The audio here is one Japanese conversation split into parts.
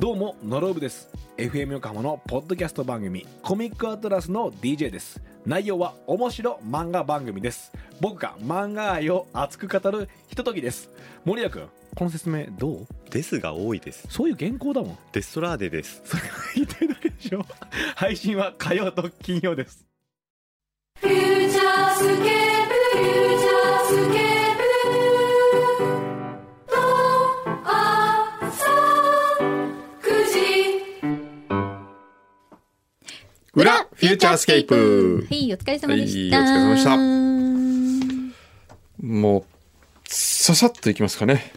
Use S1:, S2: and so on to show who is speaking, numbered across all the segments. S1: どうもノロブです FM 横浜のポッドキャスト番組コミックアトラスの DJ です内容は面白漫画番組です僕が漫画愛を熱く語るひとときです森谷君この説明どう
S2: ですが多いです。
S1: そういう原稿だもん
S2: デストラーデです。
S1: それが言ってるだけでしょ配信は火曜と金曜です
S3: 「フューチャースケープフューチャースケープル」「とあさ9時
S4: 裏フューチャースケープ
S5: はい、お疲れ様でした。
S4: はいお疲れ
S5: 様でし
S4: もう、ささっといきますかね。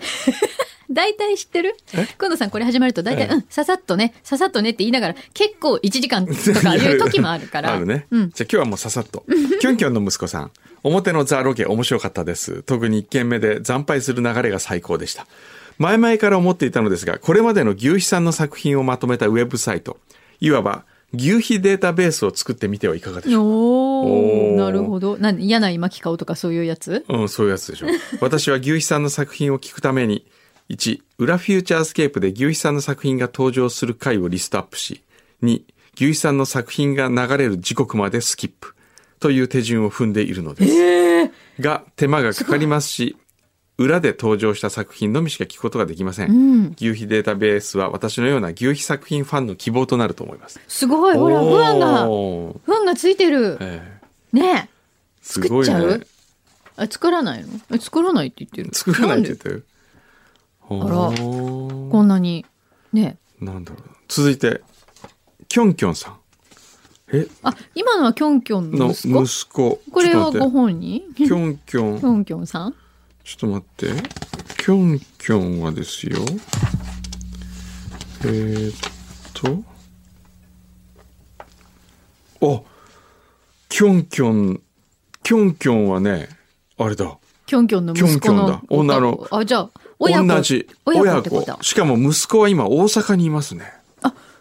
S5: た。大体知ってる今度さんこれ始まると大体、
S4: ええ
S5: うん、ささっとね、ささっとねって言いながら、結構1時間とかいう時もあるか ら。
S4: あるね。
S5: うん。
S4: じゃあ今日はもうささっ と。キュンキュンの息子さん。表のザロケ面白かったです。特に1件目で惨敗する流れが最高でした。前々から思っていたのですが、これまでの牛皮さんの作品をまとめたウェブサイト、いわば牛皮データベースを作ってみてはいかがでしょうか
S5: お
S4: おー
S5: ー、なるほど。なん嫌な巻き顔とかそういうやつ
S4: うん、そういうやつでしょ。私は牛肥さんの作品を聞くために、1、裏フューチャースケープで牛肥さんの作品が登場する回をリストアップし、2、牛肥さんの作品が流れる時刻までスキップという手順を踏んでいるのです。が、手間がかかりますし、裏で登場した作品のみしか聞くことができません。牛皮データベースは私のような牛皮作品ファンの希望となると思います。
S5: すごい、ほら、ファンが、フ
S4: おー
S5: ァンがついてる。
S4: ええ
S5: ねえ。
S4: すごい
S5: 作っちゃ
S4: ね
S5: う。あ、作らないのえ、作らないって言ってる
S4: 作らないって言っ
S5: んで
S4: てる。ほ
S5: あら
S4: ー
S5: こんなに。ねえ。
S4: なんだろうな続いて、キョンキョンさん。え
S5: あ、今のはキョンキョンの
S4: の
S5: 息子
S4: 息子。
S5: これ
S4: ち
S5: は
S4: ょっと
S5: ご
S4: 待
S5: 本人
S4: って
S5: キ
S4: キョンキョン。
S5: ョンキョンさん
S4: ちょっと待って。キョンキョンはですよ。えー、っと。おキョンキョン。キョンキョンはね、あれだ。
S5: キョンキョンの息子
S4: キョ
S5: の
S4: ンキョンだ女の
S5: あじゃあ親子
S4: 同じ。
S5: 親子ってことだ
S4: しかも息子は今大阪にいますね。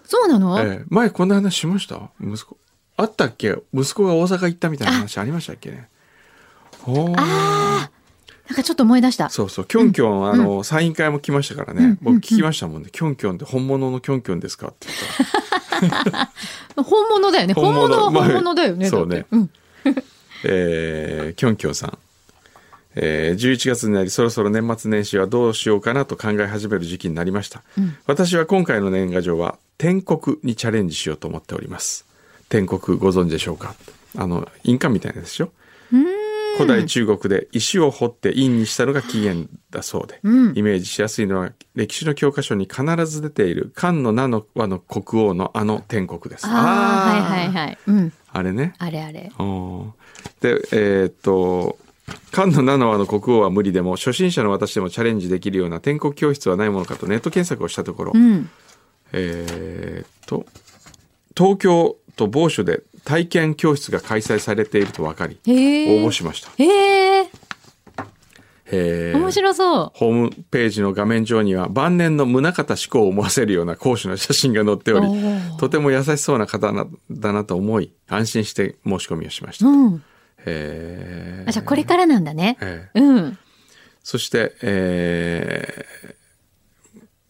S5: そうなの、
S4: ええ、前こんな話しました息子あったっけ息子が大阪行ったみたいな話ありましたっけねほー
S5: なんかちょっと思い出した
S4: そうそうキョンキョン、あのサイン会も来ましたからね、僕聞きましたもんね、キョンキョンって本物のキョンキョンですかって言ったら
S5: 本物だよね
S4: 本
S5: 本物
S4: 物
S5: は本物だよね、
S4: まあ
S5: だって
S4: そうね
S5: ん、
S4: えーキョンキョンさん、えー11月になりそろそろ年末年始はどうしようかなと考え始める時期になりました、私は今回の年賀状は天国にチャレンジしようと思っております天国ご存知でしょうかあの印鑑みたいなやつでしょ古代中国で石を掘って印にしたのが起源だそうで、イメージしやすいのは歴史の教科書に必ず出ている漢の名の和の国王のあの天国です
S5: ああーはいはい
S4: い
S5: はいうん
S4: あれね
S5: あれあれ
S4: おーでえーっと菅野七和の国王は無理でも初心者の私でもチャレンジできるような天国教室はないものかとネット検索をしたところ、
S5: うん
S4: えーっと東京と某所で体験教室が開催されていると分かり応
S5: へえ
S4: 募しました
S5: へえ
S4: へー
S5: 面白そう、
S4: ホームページの画面上には晩年の宗方志功を思わせるような講師の写真が載っており
S5: おー
S4: とても優しそうな方なだなと思い安心して申し込みをしました、
S5: うん、
S4: へー
S5: あじゃあこれからなんだね、
S4: ええ
S5: うん
S4: そして、えー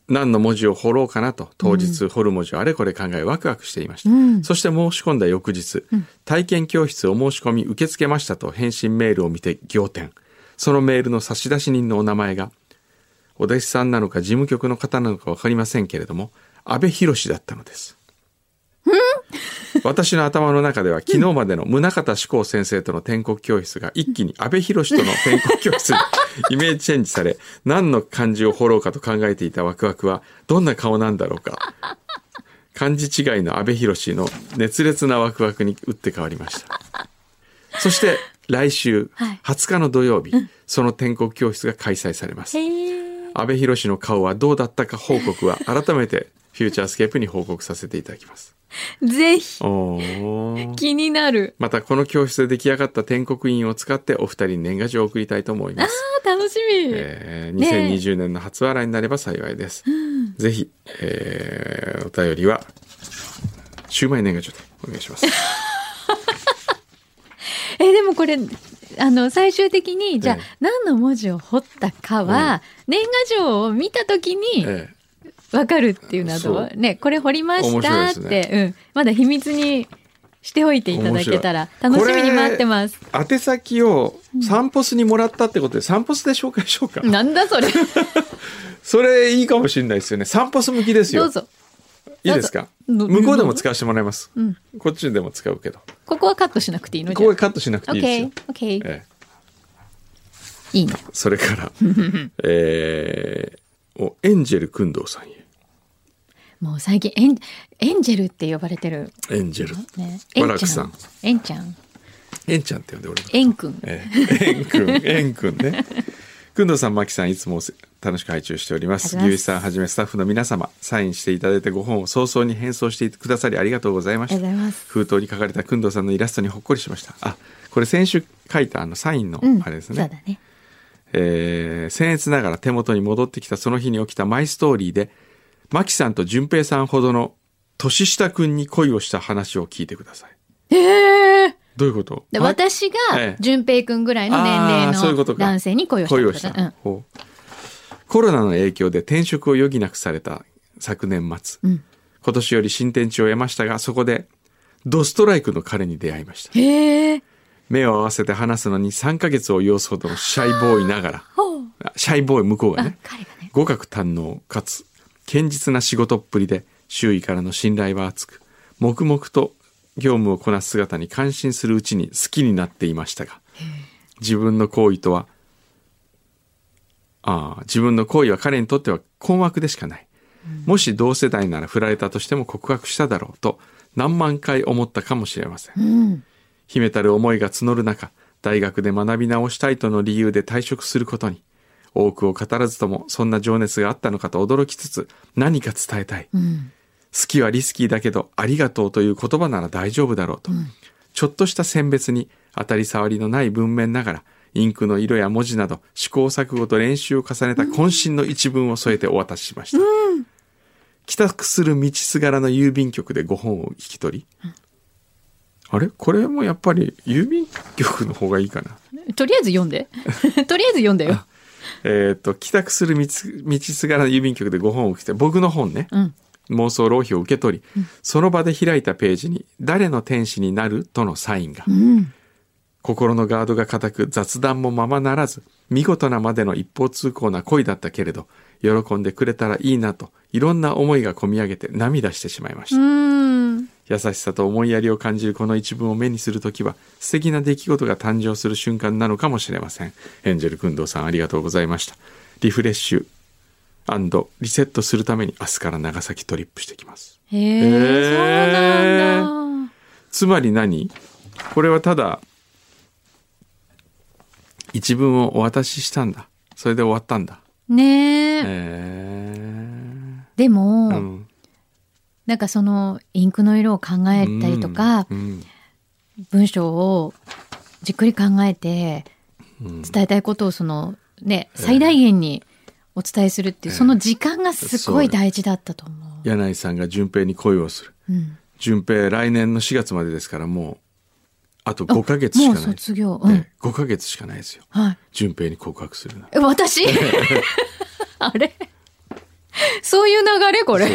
S4: 何の文字を彫ろうかなと、当日彫る文字をあれこれ考えワクワクしていました。
S5: うん
S4: そして申し込んだ翌日、体験教室を申し込み受け付けましたと返信メールを見て仰天。そのメールの差出人のお名前が、お弟子さんなのか事務局の方なのかわかりませんけれども、安倍博士だったのです。私の頭の中では昨日までの宗方志功先生との天国教室が一気に安倍博士との天国教室にイメージチェンジされ、何の漢字を彫ろうかと考えていたワクワクは、どんな顔なんだろうか。漢字違いの安倍博士の熱烈なワクワクに打って変わりました。そして来週
S5: はい
S4: 20日の土曜日、その天国教室が開催されます。
S5: へえ
S4: 安倍博士の顔はどうだったか報告は改めてフューチャースケープに報告させていただきます。
S5: ぜひ
S4: おー
S5: 気になる
S4: またこの教室で出来上がった天国印を使ってお二人に年賀状を送りたいと思いま
S5: あ
S4: す。
S5: ー楽しみ、
S4: えー
S5: ねえ
S4: 2020年の初笑いになれば幸いです。ぜひ、えーお便りは、シューマイ年賀状でお願いし ます。
S5: えでもこれあの最終的にじゃあ
S4: ええ
S5: 何の文字を彫ったかは、年賀状を見た時に
S4: え
S5: わかるっていうなどは
S4: そ
S5: ねこれ掘りましたっ
S4: 面白い
S5: て、うんまだ秘密にしておいていただけたら楽しみに待ってます
S4: これ宛先をサンポスにもらったってことで、サンポスで紹介しようか。
S5: なんだそれ
S4: それいいかもしれないですよね。サンポス向きです
S5: ど
S4: よ
S5: う。ぞ
S4: いいですか
S5: どうぞ
S4: 向こうでも使わせてもらいます。
S5: ん
S4: こっちでも使うけど。
S5: ここはカットしなくていいの
S4: こ
S5: じゃ
S4: こ
S5: あ
S4: でカットしなくていいですよ。
S5: OK OK
S4: ええ
S5: いいね
S4: それから、えーおエンジェル・クンドーさんへ。
S5: もう最近エンエンジェルって呼ばれてる
S4: エンジェル。
S5: ねエ
S4: バ
S5: ン
S4: ラク
S5: ち
S4: さ
S5: ゃ
S4: ん
S5: ん。エンちゃん
S4: エンちゃんって呼んで俺も。
S5: エンくん
S4: ええエンくん、エンくんね。くんどうさん、まきさん、いつもおせ楽しく拝聴しております。
S5: ありがとうございます
S4: 牛一さんはじめスタッフの皆様、サインしていただいたご本を早々に返送してくださりありがとうございまし
S5: ありがとうござい
S4: た
S5: ます。
S4: 封筒に書かれたくんどうさんのイラストにほっこりしました。あ、これ先週書いたあのサインの
S5: うん
S4: あれです
S5: そ
S4: ね
S5: う。だね
S4: えー僭越ながら手元に戻ってきたその日に起きたマイストーリーで、マキさんと淳平さんほどの年下くんに恋をした話を聞いてください。どういうこと
S5: で、
S4: ま
S5: 私が
S4: ええ
S5: 淳平くんぐらいの年
S4: あーそういう
S5: 齢
S4: こと
S5: の
S4: か
S5: 男性に恋をしたって
S4: 恋を
S5: こと
S4: した、
S5: だうん
S4: ほうコロナの影響で転職を余儀なくされた昨年末、
S5: ん
S4: 今年より新天地を得ましたがそこでドストライクの彼に出会いました
S5: へえ
S4: 目を合わせて話すのに3ヶ月を要すほどのシャイボーイながら
S5: ほう
S4: あシャイボーイ向こうが
S5: あ
S4: ね
S5: 彼がね
S4: 語学堪能かつ堅実な仕事っぷりで周囲からの信頼は厚く黙々と業務をこなす姿に感心するうちに好きになっていましたが自分の行為とはああ自分の行為は彼にとっては困惑でしかない、もし同世代なら振られたとしても告白しただろうと何万回思ったかもしれません
S5: うん
S4: 秘めたる思いが募る中大学で学び直したいとの理由で退職することに多くを語らずともそんな情熱があったのかと驚きつつ何か伝えたい、
S5: うん
S4: 好きはリスキーだけどありがとうという言葉なら大丈夫だろうと、ちょっとした選別に当たり障りのない文面ながらインクの色や文字など試行錯誤と練習を重ねた渾身の一文を添えてお渡ししました、帰宅する道すがらの郵便局でご本を引き取り、あれこれもやっぱり郵便局の方がいいかな
S5: とりあえず読 んでとりあえず読んだよ
S4: えっ、と、帰宅する道道すがらの郵便局で5本を来て、僕の本ね、
S5: ん
S4: 妄想浪費を受け取り、その場で開いたページに、誰の天使になるとのサインが、心のガードが固く雑談もままならず、見事なまでの一方通行な恋だったけれど、喜んでくれたらいいなと、いろんな思いが込み上げて涙してしまいました。
S5: うん
S4: 優しさと思いやりを感じるこの一文を目にするときは素敵な出来事が誕生する瞬間なのかもしれませんエンジェル君堂さんありがとうございましたリフレッシュリセットするために明日から長崎トリップしてきます
S5: へ
S4: へ
S5: え
S4: ー
S5: そうなんだ
S4: つまり何これはただ一文をお渡ししたんだそれで終わったんだ
S5: ねえ
S4: へえ
S5: でも、
S4: うん
S5: なんかそのインクの色を考えたりとか、
S4: うん
S5: 文章をじっくり考えて
S4: うん
S5: 伝えたいことをそのね最大限にお伝えするっていう、その時間がすごい大事だったと思う。
S4: 柳井さんが順平に恋をする
S5: うん、
S4: 順平来年の4月までですからもうあと5ヶ月し
S5: も
S4: か
S5: う
S4: ない
S5: 卒業。うん、
S4: ええ5ヶ月しかないですよ
S5: はい。
S4: 順平に告白するな
S5: え私 あれそういう流れこれ。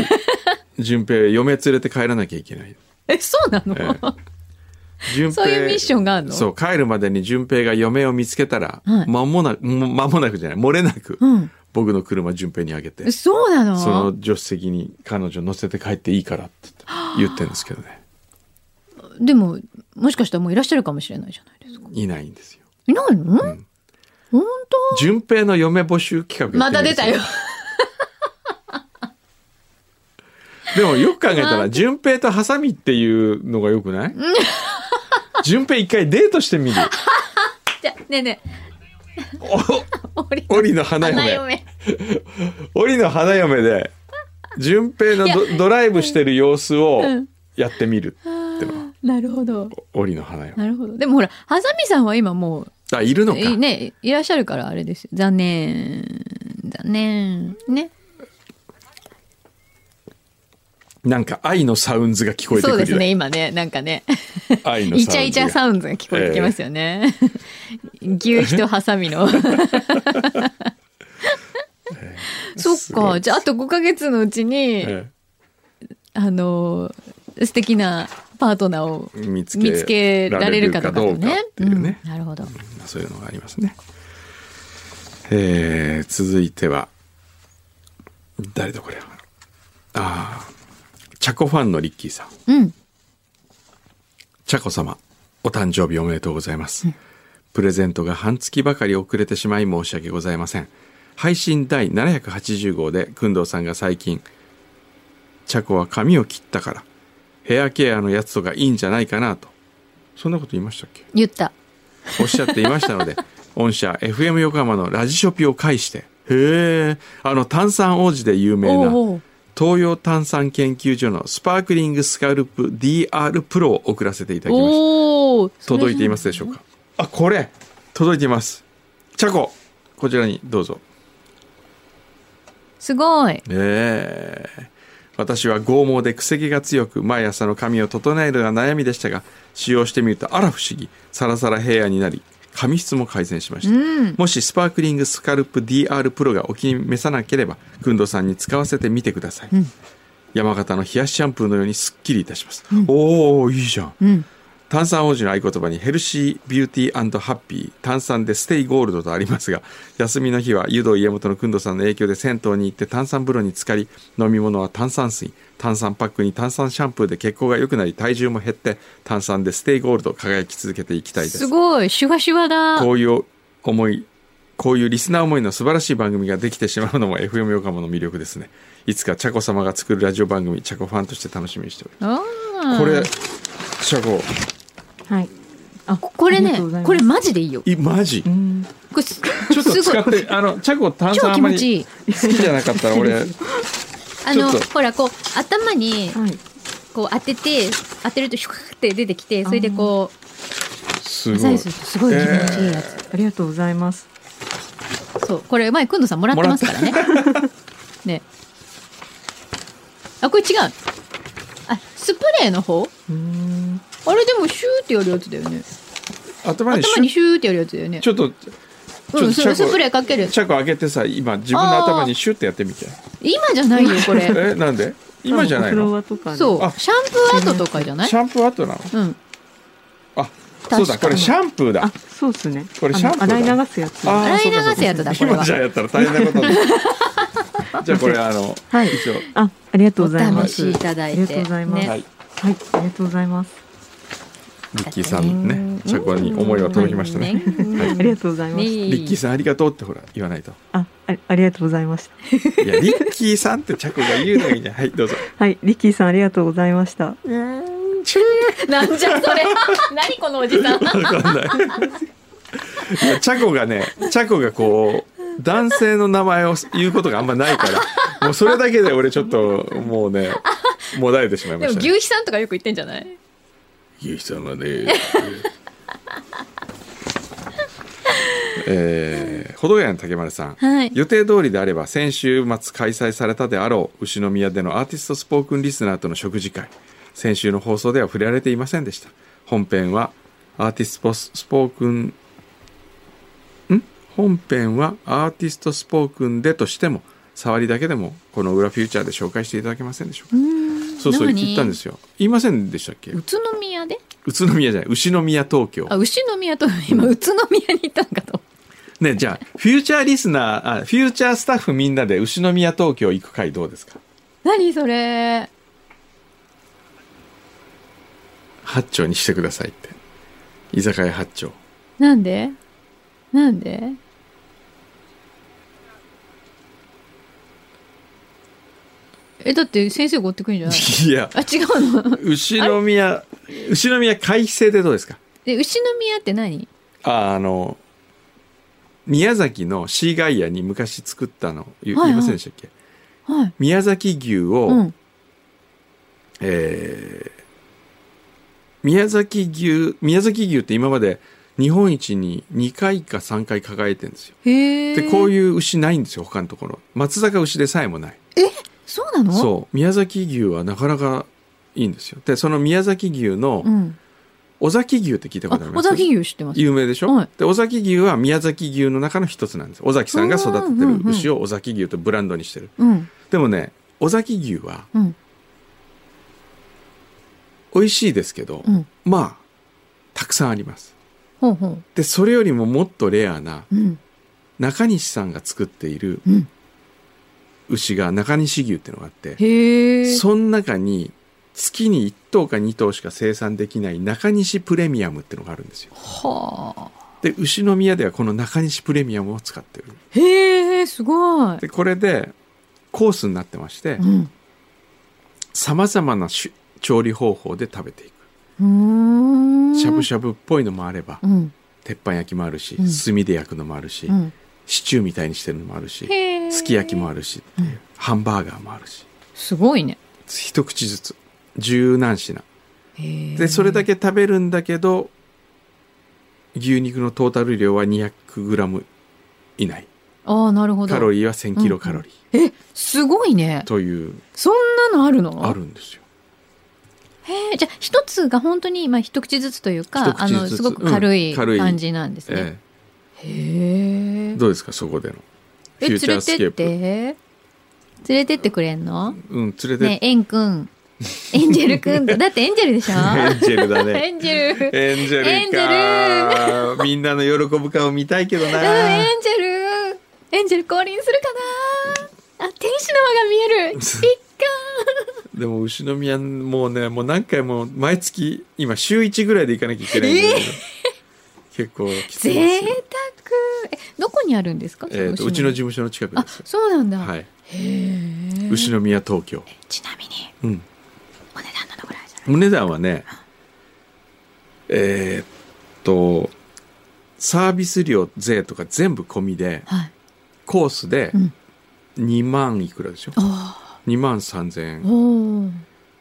S4: 順平嫁連れて帰らなきゃいけない
S5: えそうなの、
S4: え順
S5: そういうミッションがあるの
S4: そう帰るまでに順平が嫁を見つけたら、
S5: はい
S4: 間もなくも間もなくじゃない漏れなく、
S5: うん
S4: 僕の車順平にあげて
S5: えそうなの
S4: その助手席に彼女乗せて帰っていいからって言ってるんですけどね
S5: でももしかしたらもういらっしゃるかもしれないじゃないですか。
S4: いないんですよ
S5: いないの、本
S4: 順平の嫁募集企
S5: 当
S4: 画や
S5: ま
S4: って
S5: た
S4: み
S5: 出
S4: る
S5: たよ。
S4: でもよく考えたら、順平とハサミっていうのがよくない順平一回デートしてみる。
S5: じゃねえねえ折
S4: お、檻の花
S5: 花
S4: 嫁。
S5: 嫁
S4: 檻の花嫁で、順平のドドライブしてる様子を
S5: うん
S4: やってみるってのが、
S5: なるほど
S4: 檻の花嫁。
S5: なるほどでもほらハサミさんは今も
S4: あ、いる
S5: う
S4: のか。
S5: いねいらっしゃるからあれですよ残念残念ね
S4: なんか愛のサウンズが聞こえて
S5: そ
S4: く
S5: うで
S4: る
S5: す
S4: よ
S5: ね。今ねなんかね
S4: 愛のサウンズが。
S5: イチャイチャサウンズが聞こえてきますよね、 牛皮とハサミのそそっか。じゃあ、あと5ヶ月のうちに、
S4: え
S5: あの、素敵なパートナーを
S4: え見つ
S5: 見つ
S4: け
S5: けら
S4: ら
S5: れ
S4: れ
S5: る
S4: る
S5: か
S4: か
S5: とか
S4: ど
S5: も
S4: うかっ
S5: ね。
S4: ていうね
S5: うん、なるほど。
S4: まあそういうのがありますね。えー続いては、誰だこれは。ああ、チャコファンのリッキーさん。
S5: うん。
S4: チャコ様、お誕生日おめでとうございます。プレゼントが半月ばかり遅れてしまい申し訳ございません。配信第780号で、くんどうさんが最近、チャコは髪を切ったから、ヘアケアのやつとかいいんじゃないかなと。そんなこと言いましたっけ
S5: 言った。
S4: おっしゃっていましたので、御社 FM 横浜のラジショピを介して、へえ、あの炭酸王子で有名な
S5: おうおう
S4: 東洋炭酸研究所のスパークリングスカルプ DR プロを送らせていただきました。
S5: おー
S4: 届いていますでしょうかあ、これ届いています。チャコこちらにどうぞ。
S5: すごい。
S4: ええ私は剛毛で癖毛が強く毎朝の髪を整えるのが悩みでしたが使用してみるとあら不思議サラサラヘアになり髪質も改善しました、もしスパークリングスカルプ DR プロがお気に召さなければ工藤さんに使わせてみてください、山形の冷やしシャンプーのようにすっきりいたします、おおいいじゃん、炭酸王子の合言葉にヘルシービューティーハッピー炭酸でステイゴールドとありますが休みの日は湯道家元の工藤さんの影響で銭湯に行って炭酸風呂に浸かり飲み物は炭酸水炭酸パックに炭酸シャンプーで血行が良くなり体重も減って炭酸でステイゴールド輝き続けていきたいです
S5: すごい。シュワシュワだ。
S4: こういう思い、こういうリスナー思いの素晴らしい番組ができてしまうのも FM 横浜の魅力ですね。いつかチャコ様が作るラジオ番組、チャコファンとして楽しみにしており
S5: あ
S4: ま
S5: ー
S4: す。これ、チャコ、
S6: はい。あ、
S5: これ
S6: ありが
S5: ね
S6: とうござい、ます
S5: これマジでいいよ。
S4: い、マジ
S5: これす
S4: ちょっと
S5: すご
S4: 使
S5: い
S4: っ。て、あの、チャコ炭酸
S5: 超
S4: あ
S5: 気
S4: んま
S5: 持ちい
S4: り
S5: い。
S4: 好きじゃなかったら 俺、
S5: あの
S4: ちょっと
S5: ほらこう頭に
S6: はい。
S5: こう当てて当てるとシュカーって出てきてそれでこ
S4: す
S5: う
S4: ご
S5: サ
S4: い
S5: イ。ズすごい気持ちいいやつ、
S6: ありがとうございます。
S5: そうこれ前くんどさんもらってますか らねねあこれ違うあスプレーの方あれでもシューってやるやつだよね
S4: 頭に
S5: 頭
S4: シ
S5: に
S4: ュ
S5: シューってやるやつだよね
S4: ちょっと、ち
S5: う
S4: ょっ
S5: ん
S4: と
S5: そ
S4: チ
S5: う
S4: ャ
S5: スプレ
S4: コ、
S5: ーかける
S4: チャコ開けてさ、今自分の頭にシュッてやってみて。
S5: 今じゃないよこ れ
S4: え、なんで今じゃない
S6: フロ
S4: の
S6: アとかで
S5: そう
S4: あ
S5: シャンプー跡とかじゃない
S4: シャンプー後なの
S5: うん
S4: あ、そうだ、これシャンプーだ
S6: あ、。そうですね。
S4: これシャンプーだ
S6: あの洗い流すやつ。
S4: あー
S5: 洗い流すやつだこ
S4: そう
S5: れ
S4: かそうか今
S5: は
S4: じゃやったら大変なことだじゃあこれあの、
S6: はい
S4: 一応
S6: あ、ありがとう
S5: お
S6: ございま
S5: 試
S6: す。
S5: しいただいて
S6: ありがとうございます。
S5: ね
S4: はい
S6: はい、ありがとうございます。
S4: リッキーさんねチャコに思いは届きましたね
S6: ありがとうございます。
S5: リ
S4: リッキーさんありがとうってほら言わないと
S6: あ、あありがとうございました。
S4: いやリッキーさんってチャコが言うのがいいんじゃんはいどうぞ
S6: はい、リッキーさんありがとうございました。
S5: なんじゃそれ何このおじさん
S4: いやチャコがねチャコがこう男性の名前を言うことがあんまないからもうそれだけで俺ちょっともうねもだえてしまいま
S5: で
S4: した
S5: も牛
S4: ね
S5: 肥さんとかよく言ってんじゃない
S4: ゆきさんがねえー、ほどやの竹丸さん、
S5: はい
S4: 予定通りであれば先週末開催されたであろう牛宮でのアーティストスポークンリスナーとの食事会先週の放送では触れられていませんでした本編はアーティストスポークンん本編はアーティストスポークンでとしても触りだけでもこの「裏フューチャー」で紹介していただけませんでしょうかそうそう
S5: なのに
S4: 言ったんですよ言いませんでしたっけ
S5: 宇都宮で
S4: 宇都宮じゃない牛宮東京
S5: あ牛宮と今宇都宮に行ったのかと
S4: ねじゃあフューチャーリスナーあフューチャースタッフみんなで牛宮東京行く回どうですか
S5: 何それ
S4: 八丁にしてくださいって居酒屋八丁
S5: なんでなんでえだって先生が追ってくる んじゃない
S4: いや
S5: あ違うの
S4: 牛宮牛宮改正でどうですか
S5: え牛宮って何
S4: ああの宮崎のシーガイアに昔作ったの言,、
S5: はいはい
S4: いませんでしたっけ
S5: はい
S4: 宮崎牛を、
S5: うん
S4: えー宮崎牛宮崎牛って今まで日本一に2回か3回輝いてるんですよ
S5: へえ
S4: でこう
S5: う
S4: いう牛ないんですよ他のところ松坂牛でさえもない
S5: そうなの
S4: そう宮崎牛はなかなかいいんですよでその宮崎牛の、
S5: うん
S4: 尾崎牛って聞いた
S5: あ
S4: ことありま
S5: 尾
S4: す
S5: 崎牛知ってます
S4: 有名でしょ、
S5: はい
S4: で尾崎牛は宮崎牛の中の一つなんです尾崎さんが育ててる牛を尾崎牛とブランドにしてる
S5: うん
S4: でもね尾崎牛は
S5: うん
S4: 美味しいですけど、
S5: うん
S4: まあたくさんあります
S5: ほうほう
S4: でそれよりももっとレアな
S5: うん
S4: 中西さんが作っている
S5: うん
S4: 牛が中西牛っていうのがあって、
S5: へえ
S4: その中に月に1頭か2頭しか生産できない中西プレミアムっていうのがあるんですよ
S5: はあ
S4: で牛の宮ではこの中西プレミアムを使ってる
S5: へえすごい
S4: でこれでコースになってまして
S5: うん
S4: さまざまな種調理方法で食べていく
S5: うーん
S4: しゃぶしゃぶっぽいのもあれば
S5: うん
S4: 鉄板焼きもあるし
S5: うん
S4: 炭で焼くのもあるし
S5: うん
S4: シチューみたいにしてるのもあるし
S5: へえ
S4: すき焼きもあるしっていうハンバーガーもあるし
S5: すごいね
S4: 一口ずつ十何品
S5: へえ
S4: でそれだけ食べるんだけど牛肉のトータル量は 200g 以内
S5: ああなるほど
S4: カロリーは 1000kcal カロリ
S5: えすごいね
S4: ーという
S5: そんなのあるの
S4: あるんですよ
S5: へえじゃあ一つが本当にまあ一口ずつという
S4: 一
S5: かあ
S4: 口ずつ
S5: のすごく軽
S4: う
S5: い
S4: ん軽い
S5: 感じなんですね、
S4: え
S5: へ
S4: え
S5: え
S4: どうですかそこでの
S5: え連れてっ
S4: プ
S5: て連れてってくれんの
S4: うん連れて
S5: ねえエンくんエンジェルくんとだってエンジェルでし ょ
S4: エンジェルだ
S5: エ
S4: ね。
S5: ンジェル
S4: エンジェ
S5: エン
S4: ル
S5: ジ
S4: か。みんなの喜ぶ顔見たいけど
S5: うん、エ
S4: な。
S5: ンジェルエンジェル降臨するかなあ天使の 輪が見えるピッ
S4: でも、牛宮、もうね、もう何回も、毎月、今、週1ぐらいで行かなきゃいけないんだけど、結構きついで
S5: 贅
S4: す
S5: 沢
S4: よ。
S5: えどこにあるんですか
S4: えーと、うちの事務所の近く
S5: あ
S4: です。
S5: そうなんだ、
S4: はい。
S5: へえ
S4: 牛宮東京。
S5: ちなみに
S4: うん。
S5: お値段どのぐらいじゃない
S4: お値段はね、えーっと、サービス料、税とか全部込みで、
S5: はい
S4: コースで
S5: うん
S4: 2万いくらでしょ、
S5: あ
S4: ?2 万3000円
S5: あ。おー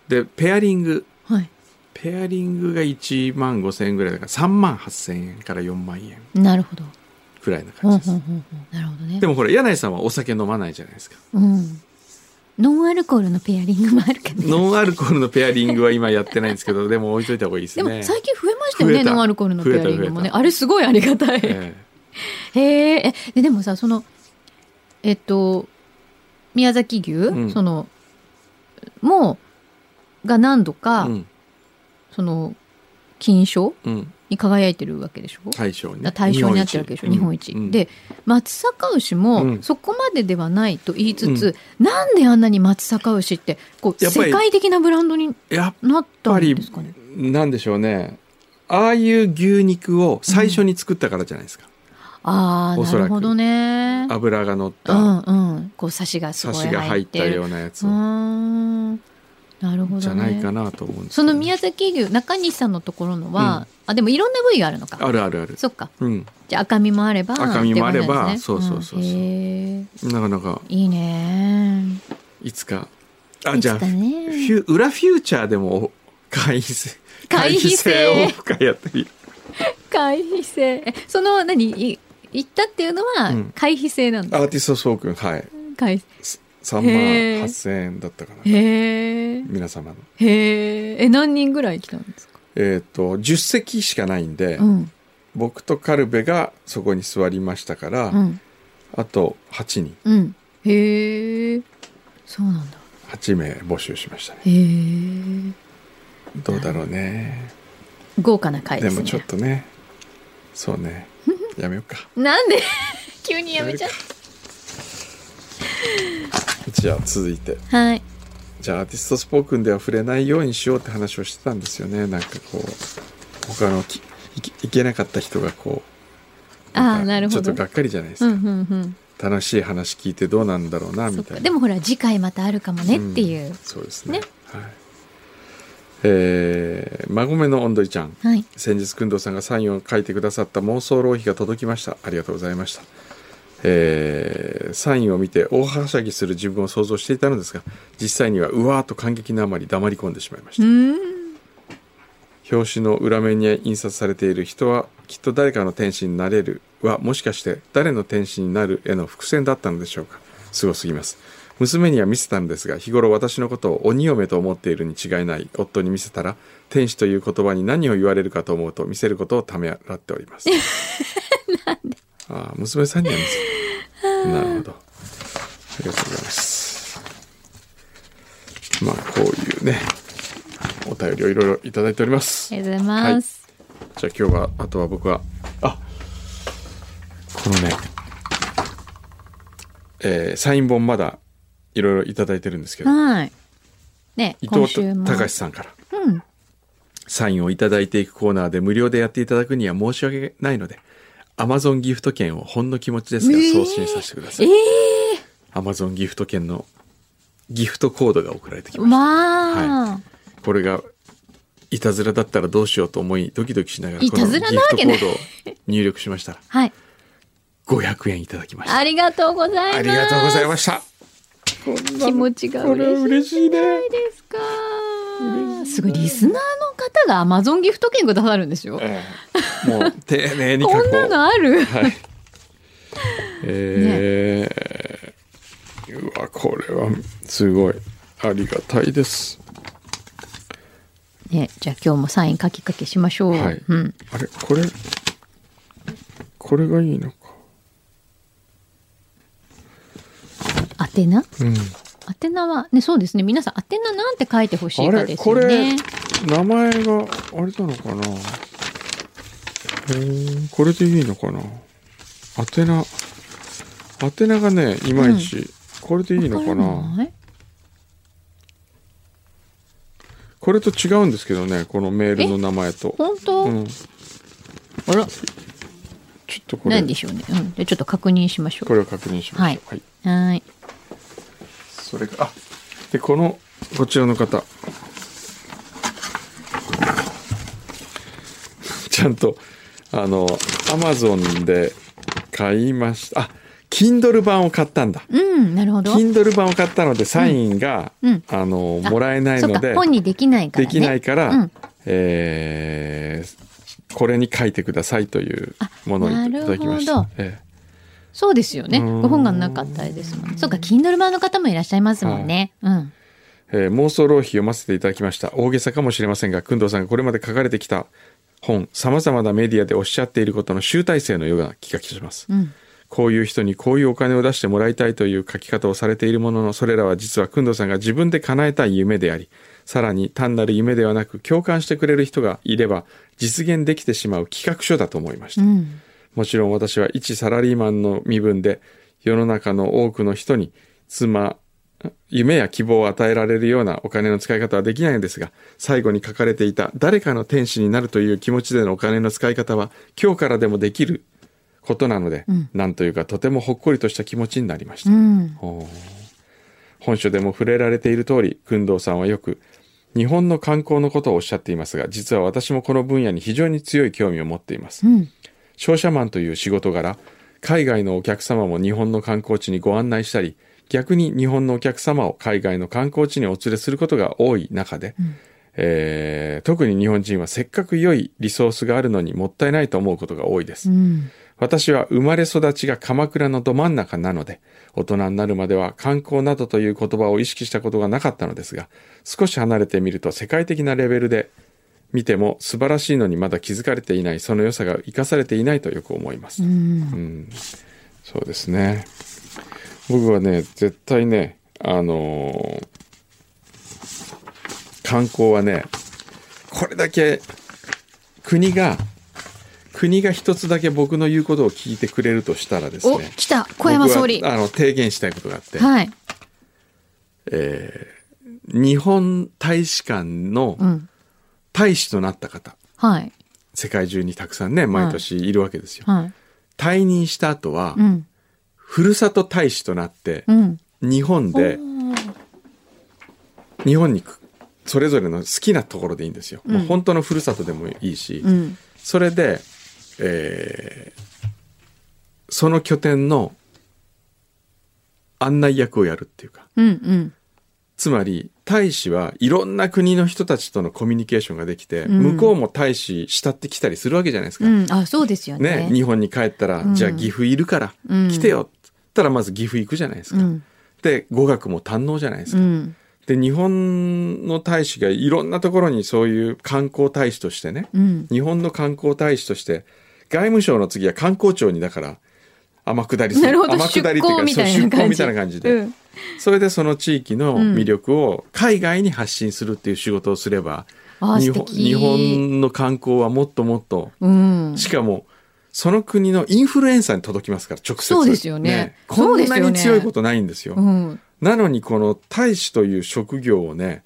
S4: でペアリング
S5: はい
S4: ペアリングが1万5千円ぐらいだから3万8千円から4万円
S5: なるほど
S4: くらいな感じ
S5: ほん
S4: です、
S5: ほんほんほんなるほどね
S4: でもほら柳井さんはお酒飲まないじゃないですか
S5: うんノンアルコールのペアリングもあるけど、ね、
S4: ノンアルコールのペアリングは今やってないんですけどでも置いといた方がいいです
S5: で
S4: ね
S5: も最近増えましたよ
S4: 増
S5: ね
S4: えた
S5: ノンアルコールのペアリング
S4: 増
S5: も
S4: え
S5: ね
S4: た増えた
S5: あれすごいありがたい、
S4: え
S5: へええででもさそのえっと宮崎牛、
S4: ん
S5: そのもうが何度
S4: え
S5: か、
S4: うん
S5: その金賞
S4: うん
S5: に輝いてるわけでしょ、
S4: 大賞に
S5: な対象になってるわけでしょ日本一、
S4: うんうん
S5: で松阪牛
S4: う
S5: も
S4: ん
S5: そこまでではないと言いつつ、なんであんなに松阪牛ってこう
S4: やっぱり
S5: 世界的なブランドに
S4: やっ
S5: なった
S4: ぱ
S5: ん
S4: り
S5: ですかね
S4: なんでしょうねああいう牛肉を最初に作ったからじゃないですか、
S5: ああ
S4: お
S5: な
S4: そら
S5: る
S4: く
S5: ほどね
S4: 油が乗っ
S5: う
S4: た
S5: んうんこうサシがす
S4: サ
S5: ごい
S4: シが入
S5: 入っ
S4: ってた
S5: る
S4: ようなやつ
S5: うー
S4: を
S5: んなるほど、ね、
S4: じゃないかなと思うんです
S5: そ
S4: けど
S5: の宮崎牛中西さんのところのは、あでもいろんな部位があるのか
S4: あるあるある
S5: そっか
S4: うん
S5: じゃあ赤身もあれば
S4: 赤身もあれば
S5: ってことなん
S4: そうそ
S5: ですね
S4: うそうそうん
S5: へえ
S4: なかなか
S5: いいね
S4: いつか。あ、
S5: いつ
S4: じゃ
S5: か
S4: あ、
S5: ね
S4: フュ裏フューチャーでも会費制。
S5: 会費制
S4: 会費オフ会やってみる。
S5: 回避制えその何い行ったっていうのは
S4: うん
S5: 回避制なん
S4: ア
S5: だ、
S4: ーティスト総君、はい。
S5: 回避
S4: 3万
S5: へー
S4: 8千円だったかな。
S5: へえ
S4: 皆様の。
S5: へええ何人ぐらい来たんですか
S4: えっ、と、10席しかないんで、
S5: うん
S4: 僕とカルベがそこに座りましたから、
S5: うん
S4: あと8人、
S5: うんへえそうなんだ
S4: 8名募集しましたね。
S5: へえ
S4: どうだろうね。
S5: 豪華な回
S4: で
S5: です
S4: も
S5: ね
S4: ちょっとね、そうね。やめようか。
S5: なんで 急にやめちゃっ
S4: じゃあ続いて。
S5: たはい
S4: じゃあアーティストスポークンでは触れないようにしようって話をしてたんですよねなんかこう他のきいけいけなかった人がこう
S5: あ
S4: ん
S5: あ
S4: か
S5: なるほ
S4: ちょ
S5: ど
S4: っとがっかりじゃないです
S5: う
S4: か、
S5: んうん
S4: 楽しい話聞いてどうなんだろうな
S5: うんそ
S4: み
S5: った
S4: いな
S5: かでもほら次回またあるかもねっていう、
S4: んそうですね
S5: ね
S4: はいえー、孫めのおんどりちゃん
S5: はい
S4: 先日工藤さんがサインを書いてくださった妄想浪費が届きましたありがとうございましたえーサインを見て大はしゃぎする自分を想像していたのですが実際にはうわーっと感激のあまり黙り込んでしまいました表紙の裏面に印刷されている人はきっと誰かの天使になれるはもしかして誰の天使になるへの伏線だったのでしょうかすごすぎます娘には見せたのですが日頃私のことを鬼嫁と思っているに違いない夫に見せたら天使という言葉に何を言われるかと思うと見せることをためらっておりますああ娘さんには見せるなるほどありがとうございますまあこういうねお便りをいろいろいただいております
S5: ありがとうございます。
S4: じゃあ今日はあとは僕はあこのねえーサイン本まだいろいろいただいてるんですけど
S5: はい。ね、
S4: 伊
S5: 今
S4: 藤
S5: 週も。
S4: 隆さんから
S5: うん。
S4: サインをいただいていくコーナーで無料でやっていただくには申し訳ないので Amazon ギフト券をほんの気持ちですが送信させてくださ
S5: え
S4: い、
S5: え
S4: Amazon ギフト券のギフトコードが送られてきました
S5: まあ、
S4: これがいたずらだったらどうしようと思いドキドキしながら
S5: いたずらなわけ
S4: この
S5: な
S4: ギ
S5: い
S4: フトコードを入力しましたら
S5: はい。
S4: 500円いただきました
S5: ありがとうございます。
S4: ありがとうございました
S5: す。気持ちが
S4: これは
S5: 嬉し
S4: 嬉し
S5: い
S4: いね
S5: じゃないですか。すごいリスナーの方が Amazon ギフト券くださるんですよ。
S4: ええもう丁寧に
S5: こ
S4: 書こ
S5: んな
S4: う
S5: のある。
S4: はい。えーうわ、これはすごい。ありがたいです。
S5: ね、じゃあ今日もサイン書きかけしましょう。
S4: はい
S5: うん。
S4: あれ、これ、これがいいのか。
S5: 宛名
S4: うん。
S5: 宛名は、ね、そうですね。皆さん宛名なんて書いてほしい
S4: あ
S5: か
S4: れ、
S5: です
S4: こ
S5: よ
S4: れ
S5: ね。、
S4: 名前があれなのかな。えーこれでいいのかな。宛名。宛名がね、いまいち、これでいいのか
S5: わから
S4: な。
S5: ない
S4: これと違うんですけどね、このメールの名前と。
S5: 本当、
S4: うん。
S5: あら、
S4: ちょっとこれ
S5: 何で。しょうね。うん。じゃあちょっと確認しましょ
S4: こ
S5: う。
S4: れを確認しましょう。
S5: はい
S4: はい、
S5: はーい。
S4: それが、あで、この、こちらの方。 ちゃんと、あの、アマゾンで買いました。あ、Kindle 版を買ったんだ。
S5: うん、なるほど。
S4: Kindle 版を買ったので、サインが、
S5: うんうん
S4: あの、
S5: あ
S4: もらえない
S5: そう
S4: の
S5: か
S4: で、
S5: 本にできないから
S4: で
S5: ね。
S4: きないから、
S5: うん
S4: えーこれに書いてくださいというものをいただきまし
S5: なる
S4: た
S5: ほど。
S4: ええ
S5: そうですよね。
S4: うん
S5: ご本がなかったですもんね。そうか、Kindle 版の方もいらっしゃいますもんね。うん。
S4: えー妄想浪費読ませていただきました大げさかもしれませんが工藤さんがこれまで書かれてきた本さまざまなメディアでおっしゃっていることの集大成のような気がします、
S5: うん。
S4: こういう人にこういうお金を出してもらいたいという書き方をされているもののそれらは実は工藤さんが自分で叶えたい夢でありさらに単なる夢ではなく共感してくれる人がいれば実現できてしまう企画書だと思いました、
S5: うん。
S4: もちろん私は一サラリーマンの身分で世の中の多くの人に妻、夢や希望を与えられるようなお金の使い方はできないのですが、最後に書かれていた誰かの天使になるという気持ちでのお金の使い方は今日からでもできることなので、なんというかとてもほっこりとした気持ちになりました
S5: う。ん。
S4: ほう本書でも触れられている通り、工藤さんはよく、日本の観光のことをおっしゃっていますが、実は私もこの分野に非常に強い興味を持っています
S5: う。ん。
S4: 商社マンという仕事柄海外のお客様も日本の観光地にご案内したり逆に日本のお客様を海外の観光地にお連れすることが多い中で、えー特に日本人はせっかく良いリソースがあるのにもったいないと思うことが多いです、
S5: うん。
S4: 私は生まれ育ちが鎌倉のど真ん中なので、大人になるまでは観光などという言葉を意識したことがなかったのですが、少し離れてみると世界的なレベルで見ても素晴らしいのにまだ気づかれていない、その良さが生かされていないとよく思います。うんそうですね。僕はね、絶対ね、あのー観光はね、これだけ国が、国が一つだけ僕の言うことを聞いてくれるとしたらです
S5: お、
S4: ね、
S5: 来た小山総理
S4: 僕。はあの提言したいことがあって、
S5: はい。
S4: えー日本大使館の
S5: うん。
S4: 大使となった方、
S5: はい。
S4: 世界中にたくさんね、毎年いるわけですよ。
S5: はい。
S4: 退任した後は、
S5: うん。
S4: ふるさと大使となって
S5: う、ん。
S4: 日本で、日本にくそれぞれの好きなところでいいんですよ。
S5: ん
S4: もう本当のふるさとでもいいし、
S5: うん。
S4: それで、えーその拠点の案内役をやるっていうか、
S5: うん。うん。
S4: つまり大使はいろんな国の人たちとのコミュニケーションができて、
S5: ん
S4: 向こうも大使慕ってきたりするわけじゃないですか。
S5: うん。あ、そうですよ
S4: ね
S5: ね。
S4: 日本に帰ったら、
S5: ん
S4: じゃあ岐阜いるから
S5: うん
S4: 来てよって言ったらまず岐阜行くじゃないです
S5: う
S4: か。
S5: ん。
S4: で語学も堪能じゃないです
S5: う
S4: か。
S5: ん
S4: で日本の大使がいろんなところにそういう観光大使としてね、
S5: うん
S4: 日本の観光大使として外務省の次は観光庁にだから天下りす
S5: なるほど
S4: 天
S5: 出
S4: 下りっていう
S5: 向
S4: か
S5: みたい
S4: そう
S5: な
S4: 出向
S5: 感
S4: み
S5: じ
S4: たいな感じで、
S5: うん
S4: それでその地域の
S5: うん
S4: 魅力を海外に発信するっていう仕事をすれば、
S5: あー
S4: 日
S5: 素
S4: 本
S5: 敵
S4: 日本の観光はもっともっと
S5: うん
S4: しかもその国のインフルエンサーに届きますから直接
S5: そうですよねそ
S4: こ
S5: うんですよ
S4: な
S5: ね
S4: に強いことないんですよ
S5: うん
S4: なのにこの大使という職業をね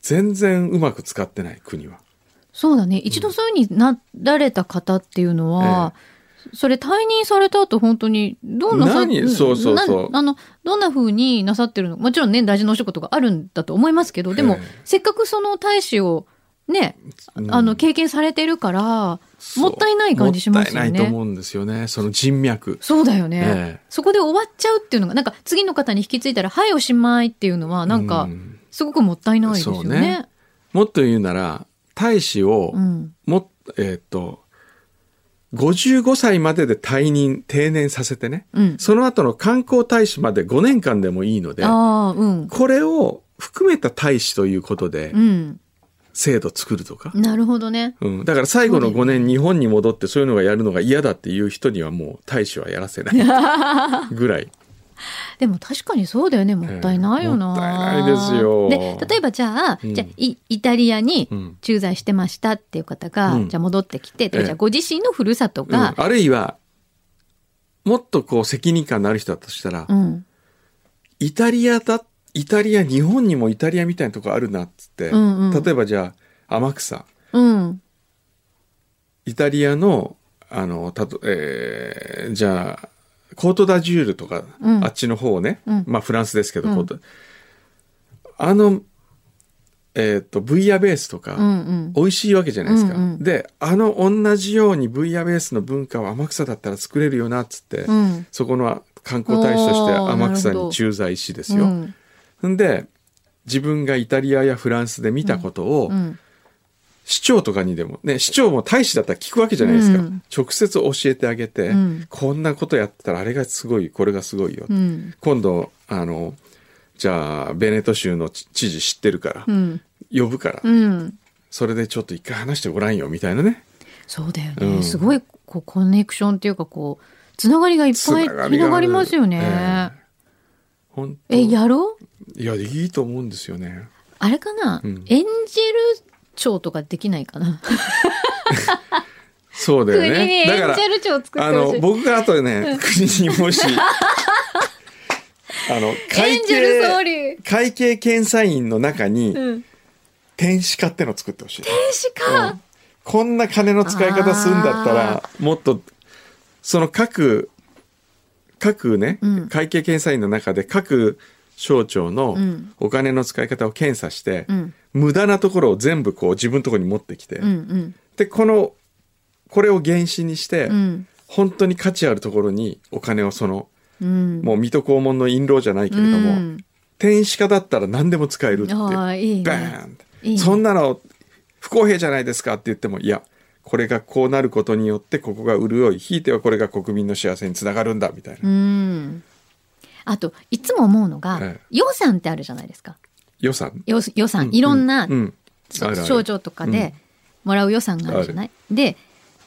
S4: 全然うまく使ってない国は
S5: そうだね一度そういうふうになられた方っていうのは、それ退任された後本当にどうなさ
S4: 何そうそうそう
S5: なあのどんな風になさってるのもちろんね大事なお仕事があるんだと思いますけどでも、
S4: ええ
S5: せっかくその大使をね
S4: うん
S5: あの経験されてるから、もったいない感じしますよ
S4: もったいないと
S5: ね。
S4: 思うんですよねその人脈
S5: そうだよね、
S4: ええ
S5: そこで終わっちゃうっていうのがなんか次の方に引き継いだら「はいおしまい」っていうのはなんか
S4: うん
S5: すごくもったいないですよ
S4: そう
S5: ね
S4: ね。もっと言うなら大使を
S5: うん
S4: もっえーっと55歳までで退任定年させてね
S5: うん、
S4: その後の観光大使まで5年間でもいいので
S5: ああうん
S4: これを含めた大使ということで
S5: うん
S4: 制度作るとか、
S5: なるほどね。
S4: うん、だから最後の
S5: そう
S4: 5年日本に戻ってそういうのがやるのが嫌だっていう人にはもう大使はやらせない ぐらい
S5: でも確かにそうだよね。もったいないよな。
S4: もったいないですよ
S5: で、例えばじゃあ、
S4: うん
S5: じゃあイイタリアに
S4: うん
S5: 駐在してましたっていう方が、
S4: うん
S5: じゃあ戻ってきて、とか
S4: ええ
S5: じゃあご自身の故郷
S4: うん
S5: が、
S4: あるいはもっとこう責任感のある人だとしたら、
S5: うん、
S4: イタリアだイタリア日本にもイタリアみたいなとこあるなっつって、
S5: うんうん
S4: 例えばじゃあ天草
S5: うん、
S4: イタリアのあのたと、えーじゃあコートダジュールとか、
S5: うん
S4: あっちの方ね、
S5: うん
S4: まあフランスですけど、
S5: うん
S4: コートあのえっ、とブイヤベースとか、
S5: うん、うん。
S4: 美味しいわけじゃないですか、
S5: うんうん
S4: であの同じようにブイヤベースの文化を天草だったら作れるよなっつって、
S5: うん
S4: そこの観光大使として
S5: おー
S4: 天草
S5: なるほど
S4: に駐在しです
S5: う
S4: よ、
S5: ん、
S4: んで自分がイタリアやフランスで見たことを、
S5: うん、
S4: 市長とかにでもね市長も大使だったら聞くわけじゃないですか、
S5: うん
S4: 直接教えてあげて、
S5: うん
S4: こんなことやってたらあれがすごいこれがすごいよ、
S5: うん、
S4: 今度あのじゃあベネト州の知知事知ってるから、
S5: うん、
S4: 呼ぶから、
S5: うん。
S4: それでちょっと一回話してごらんよみたいなね
S5: そうだよね。
S4: うん
S5: すごい、こう、コネクションっていうか、こう、つながりがいっぱい
S4: つながりがある
S5: 広がりますよね。
S4: え本当
S5: えやろう
S4: いやいいと思うんですよね
S5: あれかな、
S4: うん
S5: エンジェル長とかできないかな
S4: そうだよ
S5: 国に
S4: ねだ
S5: エ
S4: か
S5: ン
S4: ら
S5: ジェル長作っ
S4: あ
S5: てほし
S4: の
S5: い。
S4: 僕があとね国にも しあの
S5: エ
S4: 会
S5: ンジェル総
S4: 計
S5: 理。
S4: 会計検査員の中に
S5: うん。
S4: 天使化ってのを作ってほしい
S5: 天使か。
S4: こんな金の使い方するんだったらもっとその各各ね、
S5: うん
S4: 会計検査員の中で各省庁の
S5: うん
S4: お金の使い方を検査して、
S5: うん。
S4: 無駄なところを全部こう自分のところに持ってきて、
S5: うんうん。
S4: でこのこれを原資にして、
S5: うん。
S4: 本当に価値あるところにお金をその
S5: うん。
S4: もう水戸黄門の印籠じゃないけ
S5: う
S4: れども、
S5: ん。
S4: 天使家だったら何でも使えるっていう
S5: ああ、いい
S4: バ
S5: ね。
S4: ーンって
S5: いいね
S4: そんなの不公平じゃないですかって言ってもいやこれがこうなることによってここが潤いひいてはこれが国民の幸せにつながるんだみたいな、
S5: うん。あと、いつも思うのが、
S4: ええ
S5: 予算ってあるじゃないですか。
S4: 予算
S5: 予予算、いろんな、
S4: うんうん
S5: そ
S4: あるある
S5: 省庁とかでもらう予算があるじゃない、で、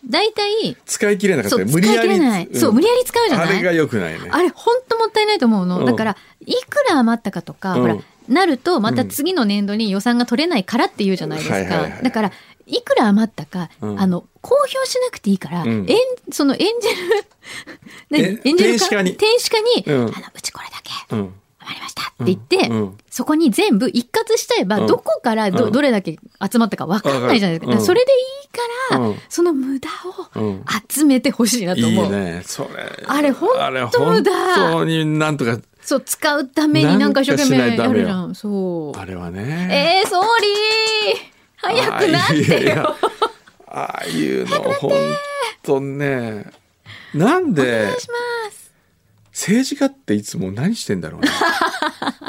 S5: 大体、
S4: 使い切れなかっ
S5: そ
S4: た
S5: う、
S4: ら
S5: 使
S4: 無
S5: い
S4: 理
S5: 切
S4: やり
S5: れない。そう、無理やり使うじゃ
S4: あ
S5: ない
S4: れが良くないね
S5: あれ、ほんともったいないと思うの。
S4: うん
S5: だから、いくら余ったかとか、
S4: うん
S5: ほら、なると、また次の年度に予算が取れないからって言うじゃないです
S4: はいはい
S5: か
S4: は。い
S5: だから、いくら余ったか、
S4: うん
S5: あの、公表しなくていいから、
S4: うん
S5: えん、そのエンジェル何、
S4: え
S5: エンジェル
S4: 天使家に
S5: 天使家に、
S4: うん
S5: あの、うちこれだけ
S4: うん
S5: 余りましたって言って、
S4: うんうん
S5: そこに全部一括しちゃえば、
S4: うん
S5: どこからど、
S4: うん
S5: どれだけ集まったか分かんないじゃないですか。
S4: わかるうん
S5: それでいいから、
S4: うん
S5: その無駄
S4: う
S5: を
S4: ん
S5: 集めてほしいなと
S4: い
S5: 思う。
S4: いねそれ
S5: あれほんと
S4: あれ本当になんとか
S5: そう、使うためになんか一生懸命
S4: なんかしない
S5: や
S4: とダメ
S5: る
S4: よ
S5: じゃん。そう
S4: あ。れはね
S5: えー、総理早くなってよ
S4: ああいやいやああいうの本当ねなんで
S5: します。
S4: 政治家っていつも何してんだろう ね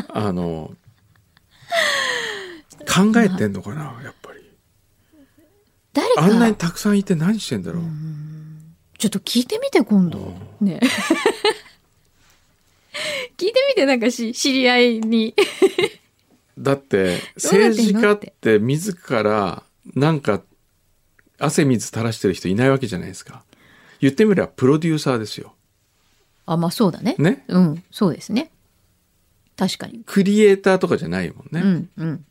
S4: あの考えてんのかなやっぱり
S5: 誰
S4: あんなに
S5: か、
S4: たくさんいて何してんだろう、
S5: ちょっと聞いてみて、今度。ね。 聞いてみて、なんかし、知り合いに。
S4: だって
S5: どうなってんの
S4: 政治家って自らなんか汗水垂らしてる人いないわけじゃないですか言ってみればプロデューサーですよ
S5: あ、まあそうだね。
S4: ね
S5: うん、そうですね。確かに。
S4: クリエイターとかじゃないもんね、
S5: うん、うん。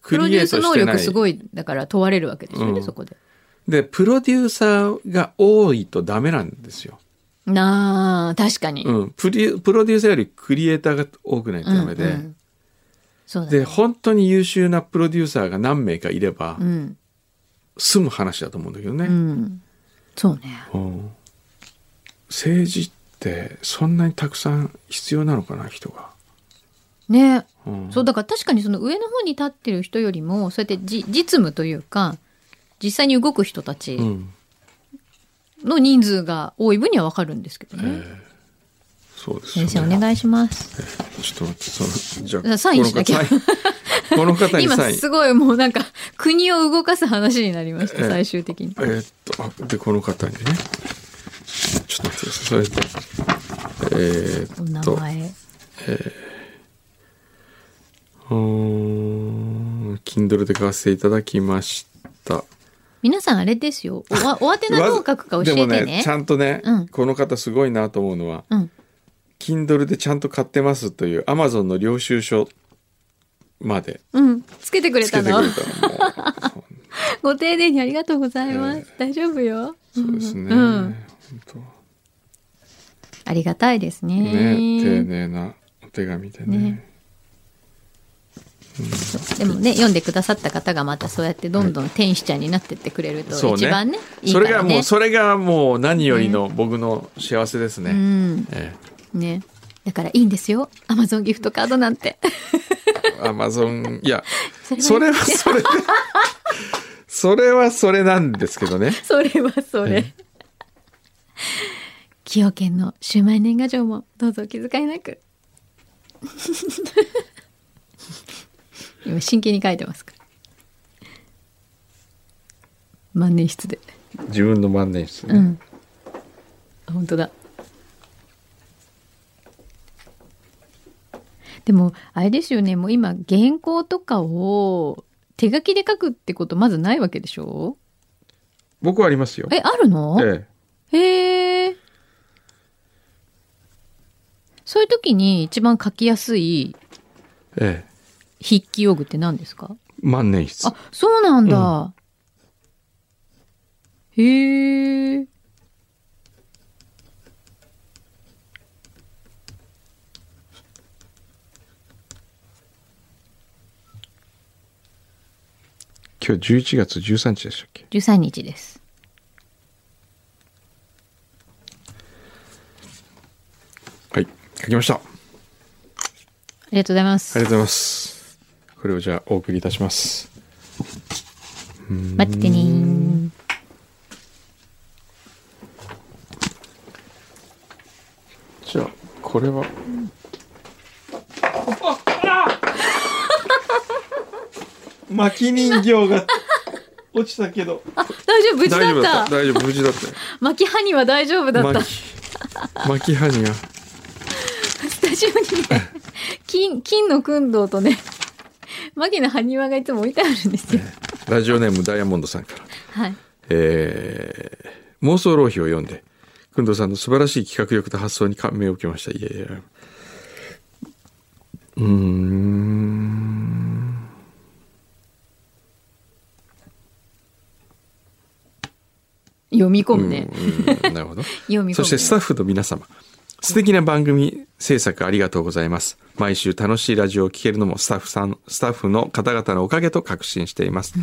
S4: ク
S5: プロ
S4: リ
S5: デ
S4: エ
S5: ュー
S4: イ
S5: ス
S4: トし
S5: 能
S4: てな
S5: 力
S4: い
S5: すごい、だから問われるわけですよね、
S4: うん
S5: そこで。
S4: でプロデューサーが多いとダメなんですよ、
S5: なあ、確かに。
S4: うん、プリプロデューサーよりクリエイターが多くないとダメで、
S5: うんうんそうだね。
S4: で本当に優秀なプロデューサーが何名かいれば、
S5: うん。
S4: 済む話だと思うんだけどね、
S5: うん。そうね。
S4: うん政治ってそんなにたくさん必要なのかな人が、
S5: ね。
S4: うん
S5: そう、だから確かにその上の方に立ってる人よりも、そうやってじ実務というか、実際に動く人たち
S4: うん
S5: の人数が多い分にはわかるんですけどね。
S4: そうですよ
S5: 先
S4: ね
S5: 生お願いします。
S4: ちょっと待ってそのじ
S5: じゃ
S4: ゃ
S5: あ
S4: あ
S5: サインしなきゃ
S4: この方にこの方に
S5: 今
S4: サイン
S5: すごいもうなんか国を動かす話になりました、
S4: ええ
S5: 最終的に。
S4: えーっとあでこの方にねちょっと待ってくださいそれでえ
S5: お
S4: ー
S5: 名
S4: っと
S5: 前。
S4: うーん Kindle で買わせていただきました
S5: 皆さんあれですよ。お わお宛てなどう書くか教えて
S4: でも
S5: ね。
S4: ねちゃんとね、
S5: うん
S4: この方すごいなと思うのは
S5: うん。
S4: Kindle でちゃんと買ってますという Amazon の領収書まで
S5: うん。つけてくれ
S4: つけ
S5: た
S4: てくれ
S5: の
S4: た。のもう
S5: ご丁寧にありがとうございます。大丈夫よ。
S4: そうですね、
S5: うん
S4: 本当
S5: ありがたいですね。
S4: ね丁寧なお手紙でね
S5: ねそうでもね、読んでくださった方がまたそうやってどんどん天使ちゃんになってってくれると
S4: そうね
S5: 一番ね、いい
S4: そ
S5: か
S4: れ
S5: ら
S4: がも
S5: ね
S4: う。それがもう何よりの僕の幸せですね、
S5: うん。
S4: え
S5: ね。だからいいんですよ。アマゾンギフトカードなんて。
S4: え、アマゾンいや
S5: そ
S4: そ
S5: れ
S4: れはそれでそれはそれなんですけどね
S5: それはそれ。崎陽軒のシウマイ年賀状もどうぞお気遣いなく。今真剣に書いてますから。万年筆で。
S4: 自分の万年筆
S5: う
S4: ね、
S5: ん。あ本当だ。でもあれですよね。もう今原稿とかを手書きで書くってことまずないわけでしょ？
S4: 僕はありますよ
S5: えあるの？
S4: え
S5: へえ。そういう時に一番書きやすい
S4: えええ
S5: 筆記用具って何ですか
S4: 万年筆
S5: あ、そうなんだ。へえ。
S4: 今日11月13日でしたっけ
S5: 13日です。
S4: はい書きましたあ
S5: ありがとうございます
S4: りがとう。ございますこれをじゃあお送りいたします
S5: 待ってねー。
S4: じゃあこれは巻き人形が落ちたけど
S5: 大丈夫無事
S4: 大丈夫だ
S5: だ
S4: っ
S5: っ
S4: た
S5: た。
S4: 大丈夫無事だったよ
S5: 巻き歯には大丈夫だった。
S4: 巻き巻きハニが
S5: スタジ オにね、金、金の訓導とね、牧野埴輪がいつも置いてあるんですよ。
S4: ラジオネームダイヤモンドさんから
S5: はい。
S4: えー妄想浪費を読んで、くんどうさんの素晴らしい企画力と発想に感銘を受けました。いやいや。うーん。
S5: 読み込むね。
S4: うんなるほ ど。
S5: 読み込むね
S4: そしてスタッフの皆様、素敵な番組制作ありがとうございます。毎週楽しいラジオを聴けるのもスタッフさん、スタッフの方々のおかげと確信しています。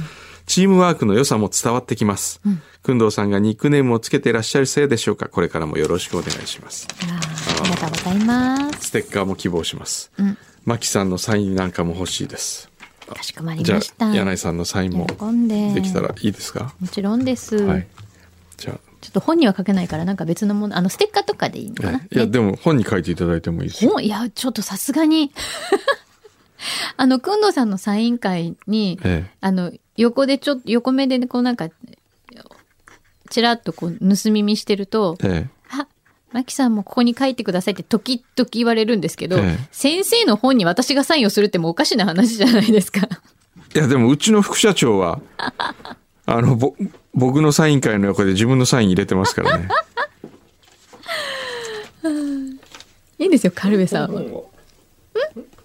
S4: チームワークの良さも伝わってきます。くんどうさんがニックネームをつけていらっしゃるせいでしょうか。これからもよろしくお願いします。
S5: あーありがとうございます。
S4: ステッカーも希望します。
S5: ん
S4: マキさんのサインなんかも欲しいです。
S5: かしこまり
S4: じゃ
S5: ました。
S4: あ柳井さんのサインも
S5: 喜んで。
S4: できたらいいですか。
S5: もちろんです。
S4: はい。じゃ
S5: ちょっと本には書けないから、なんか別のもの、あの、ステッカーとかでいいの
S4: あ、
S5: かな
S4: ね。いや
S5: ね
S4: でも本に書いていただいてもいいですよ。
S5: 本いや、ちょっとさすがに。 あの、くんどうさんのサイン会に、
S4: え
S5: あの、横でちょっと、横目で、こうなんか、ちらっとこう、盗み見してると
S4: え、え
S5: あ、マキさんもここに書いてくださいって時々言われるんですけど、
S4: ええ
S5: 先生の本に私がサインをするってもうおかしな話じゃないですか。
S4: いや、でもうちの副社長 は、あの、ぼ、僕のサイン会の横で自分のサイン入れてますから ね。
S5: いいんですよ、カルベさんは。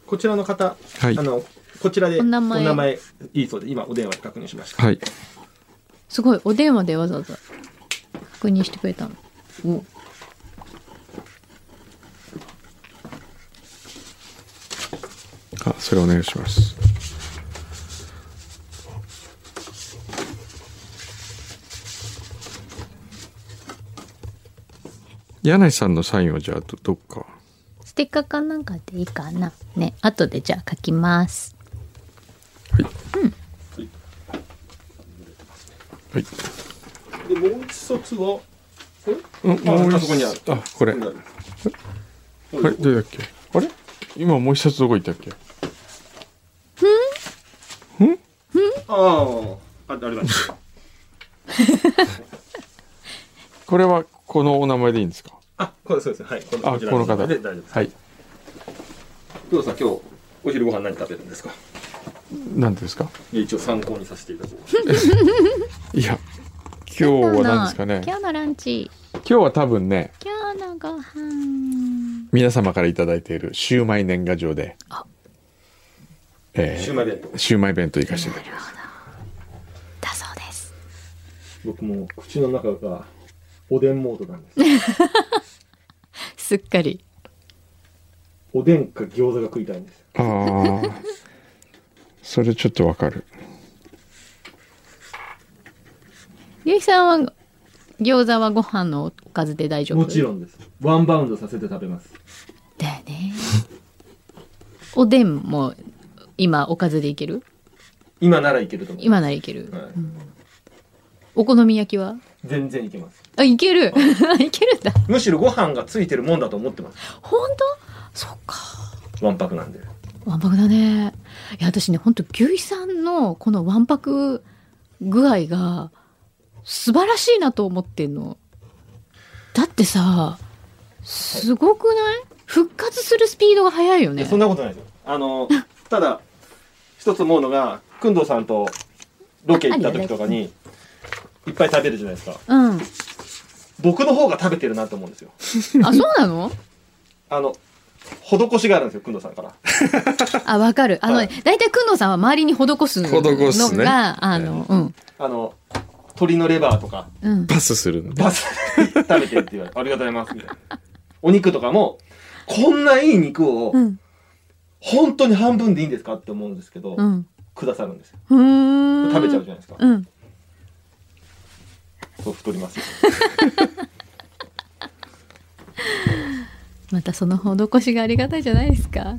S7: こちらの方、
S4: はい
S7: あのこちらで
S5: お
S7: お
S5: 名
S7: 名
S5: 前
S7: 前いいそうで今お電話で確認しました。
S4: はい。
S5: すごい、お電話でわざわざ確認してくれたの。お
S4: あ、それお願いします。柳井さんのサインをじゃあどどっか
S5: ステッカーかなんかでいいかな。ね、後でじゃあ書きます。
S4: はい
S7: でもう一卒は
S4: うん
S7: あ
S4: もう一
S7: あそこにある
S4: あこれ
S7: こ
S4: あ
S7: こに
S4: れどれだっけあれ今もう一冊どこ行ったっけ
S7: あああありました。
S4: これはこのお名前でいいんですか
S7: あこれそうですねはいこ
S4: あこの方
S7: で大丈夫です。
S4: はい
S7: 工藤さん今日お昼ご飯何食べるんですか。
S4: 何ですか
S7: いや一応参考にさせていただこう。
S4: いや今日は何ですかね
S5: 今日のランチ。
S4: 今日は多分ね
S5: 今日のご飯。
S4: 皆様からいただいているシューマイ年賀状でえー
S7: シューマイ弁当
S4: シューマイ弁当行かせていただきます
S5: だそうです。
S7: 僕もう口の中がおでんモードなん です。
S5: すっかり。
S7: おでんか餃子が食いたいんです。
S4: あーそれちょっとわかる
S5: ゆうきさんは、餃子はご飯のおかずで大丈夫
S7: もちろんです。ワンバウンドさせて食べます。
S5: だよね。おでんも今おかずでいける
S7: 今ならいけると思う。
S5: 今ならいける。
S7: はい
S5: お好み焼きは
S7: 全然いけます。
S5: あ、いける いけるんだ。
S7: むしろご飯がついてるもんだと思ってます。
S5: 本当そっか。
S7: わんぱくなんで。
S5: わんぱくだね。いや、私ね、ほんと、牛さんのこのわんぱく具合が素晴らしいなと思ってんの。だってさ、すごくない復活するスピードが速いよね。
S7: そんなことないですよ。あ の、ただ、一つ思うのが、くんどうさんとロケ行った時とかに、いっぱい食べるじゃないですか。
S5: うん。
S7: 僕の方が食べてるなと思うんですよ。
S5: あ、そうなの
S7: あの、施しがあるんですよ、くんどうさんから。
S5: あ、わかる。あの、
S7: はい
S5: 大体、くんのさんは周りに施すの
S4: 施すね
S5: が、あの、うん。
S7: あの、鶏のレバーとか、
S5: うん。
S4: パスするの
S7: バス食べてって言われて、ありがとうございます、みたいな。お肉とかも、こんないい肉を
S5: う、ん。
S7: 本当に半分でいいんですかって思うんですけど、
S5: うん。
S7: くださるんですよ。
S5: うーん。
S7: 食べちゃうじゃないですか。
S5: うん。
S7: そう太りますよ。
S5: またその施しがありがたいじゃないですか。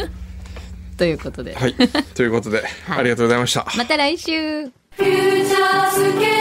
S5: ということで。
S4: はいということで、ありがとうございました
S5: また来週
S3: フューチャースケープ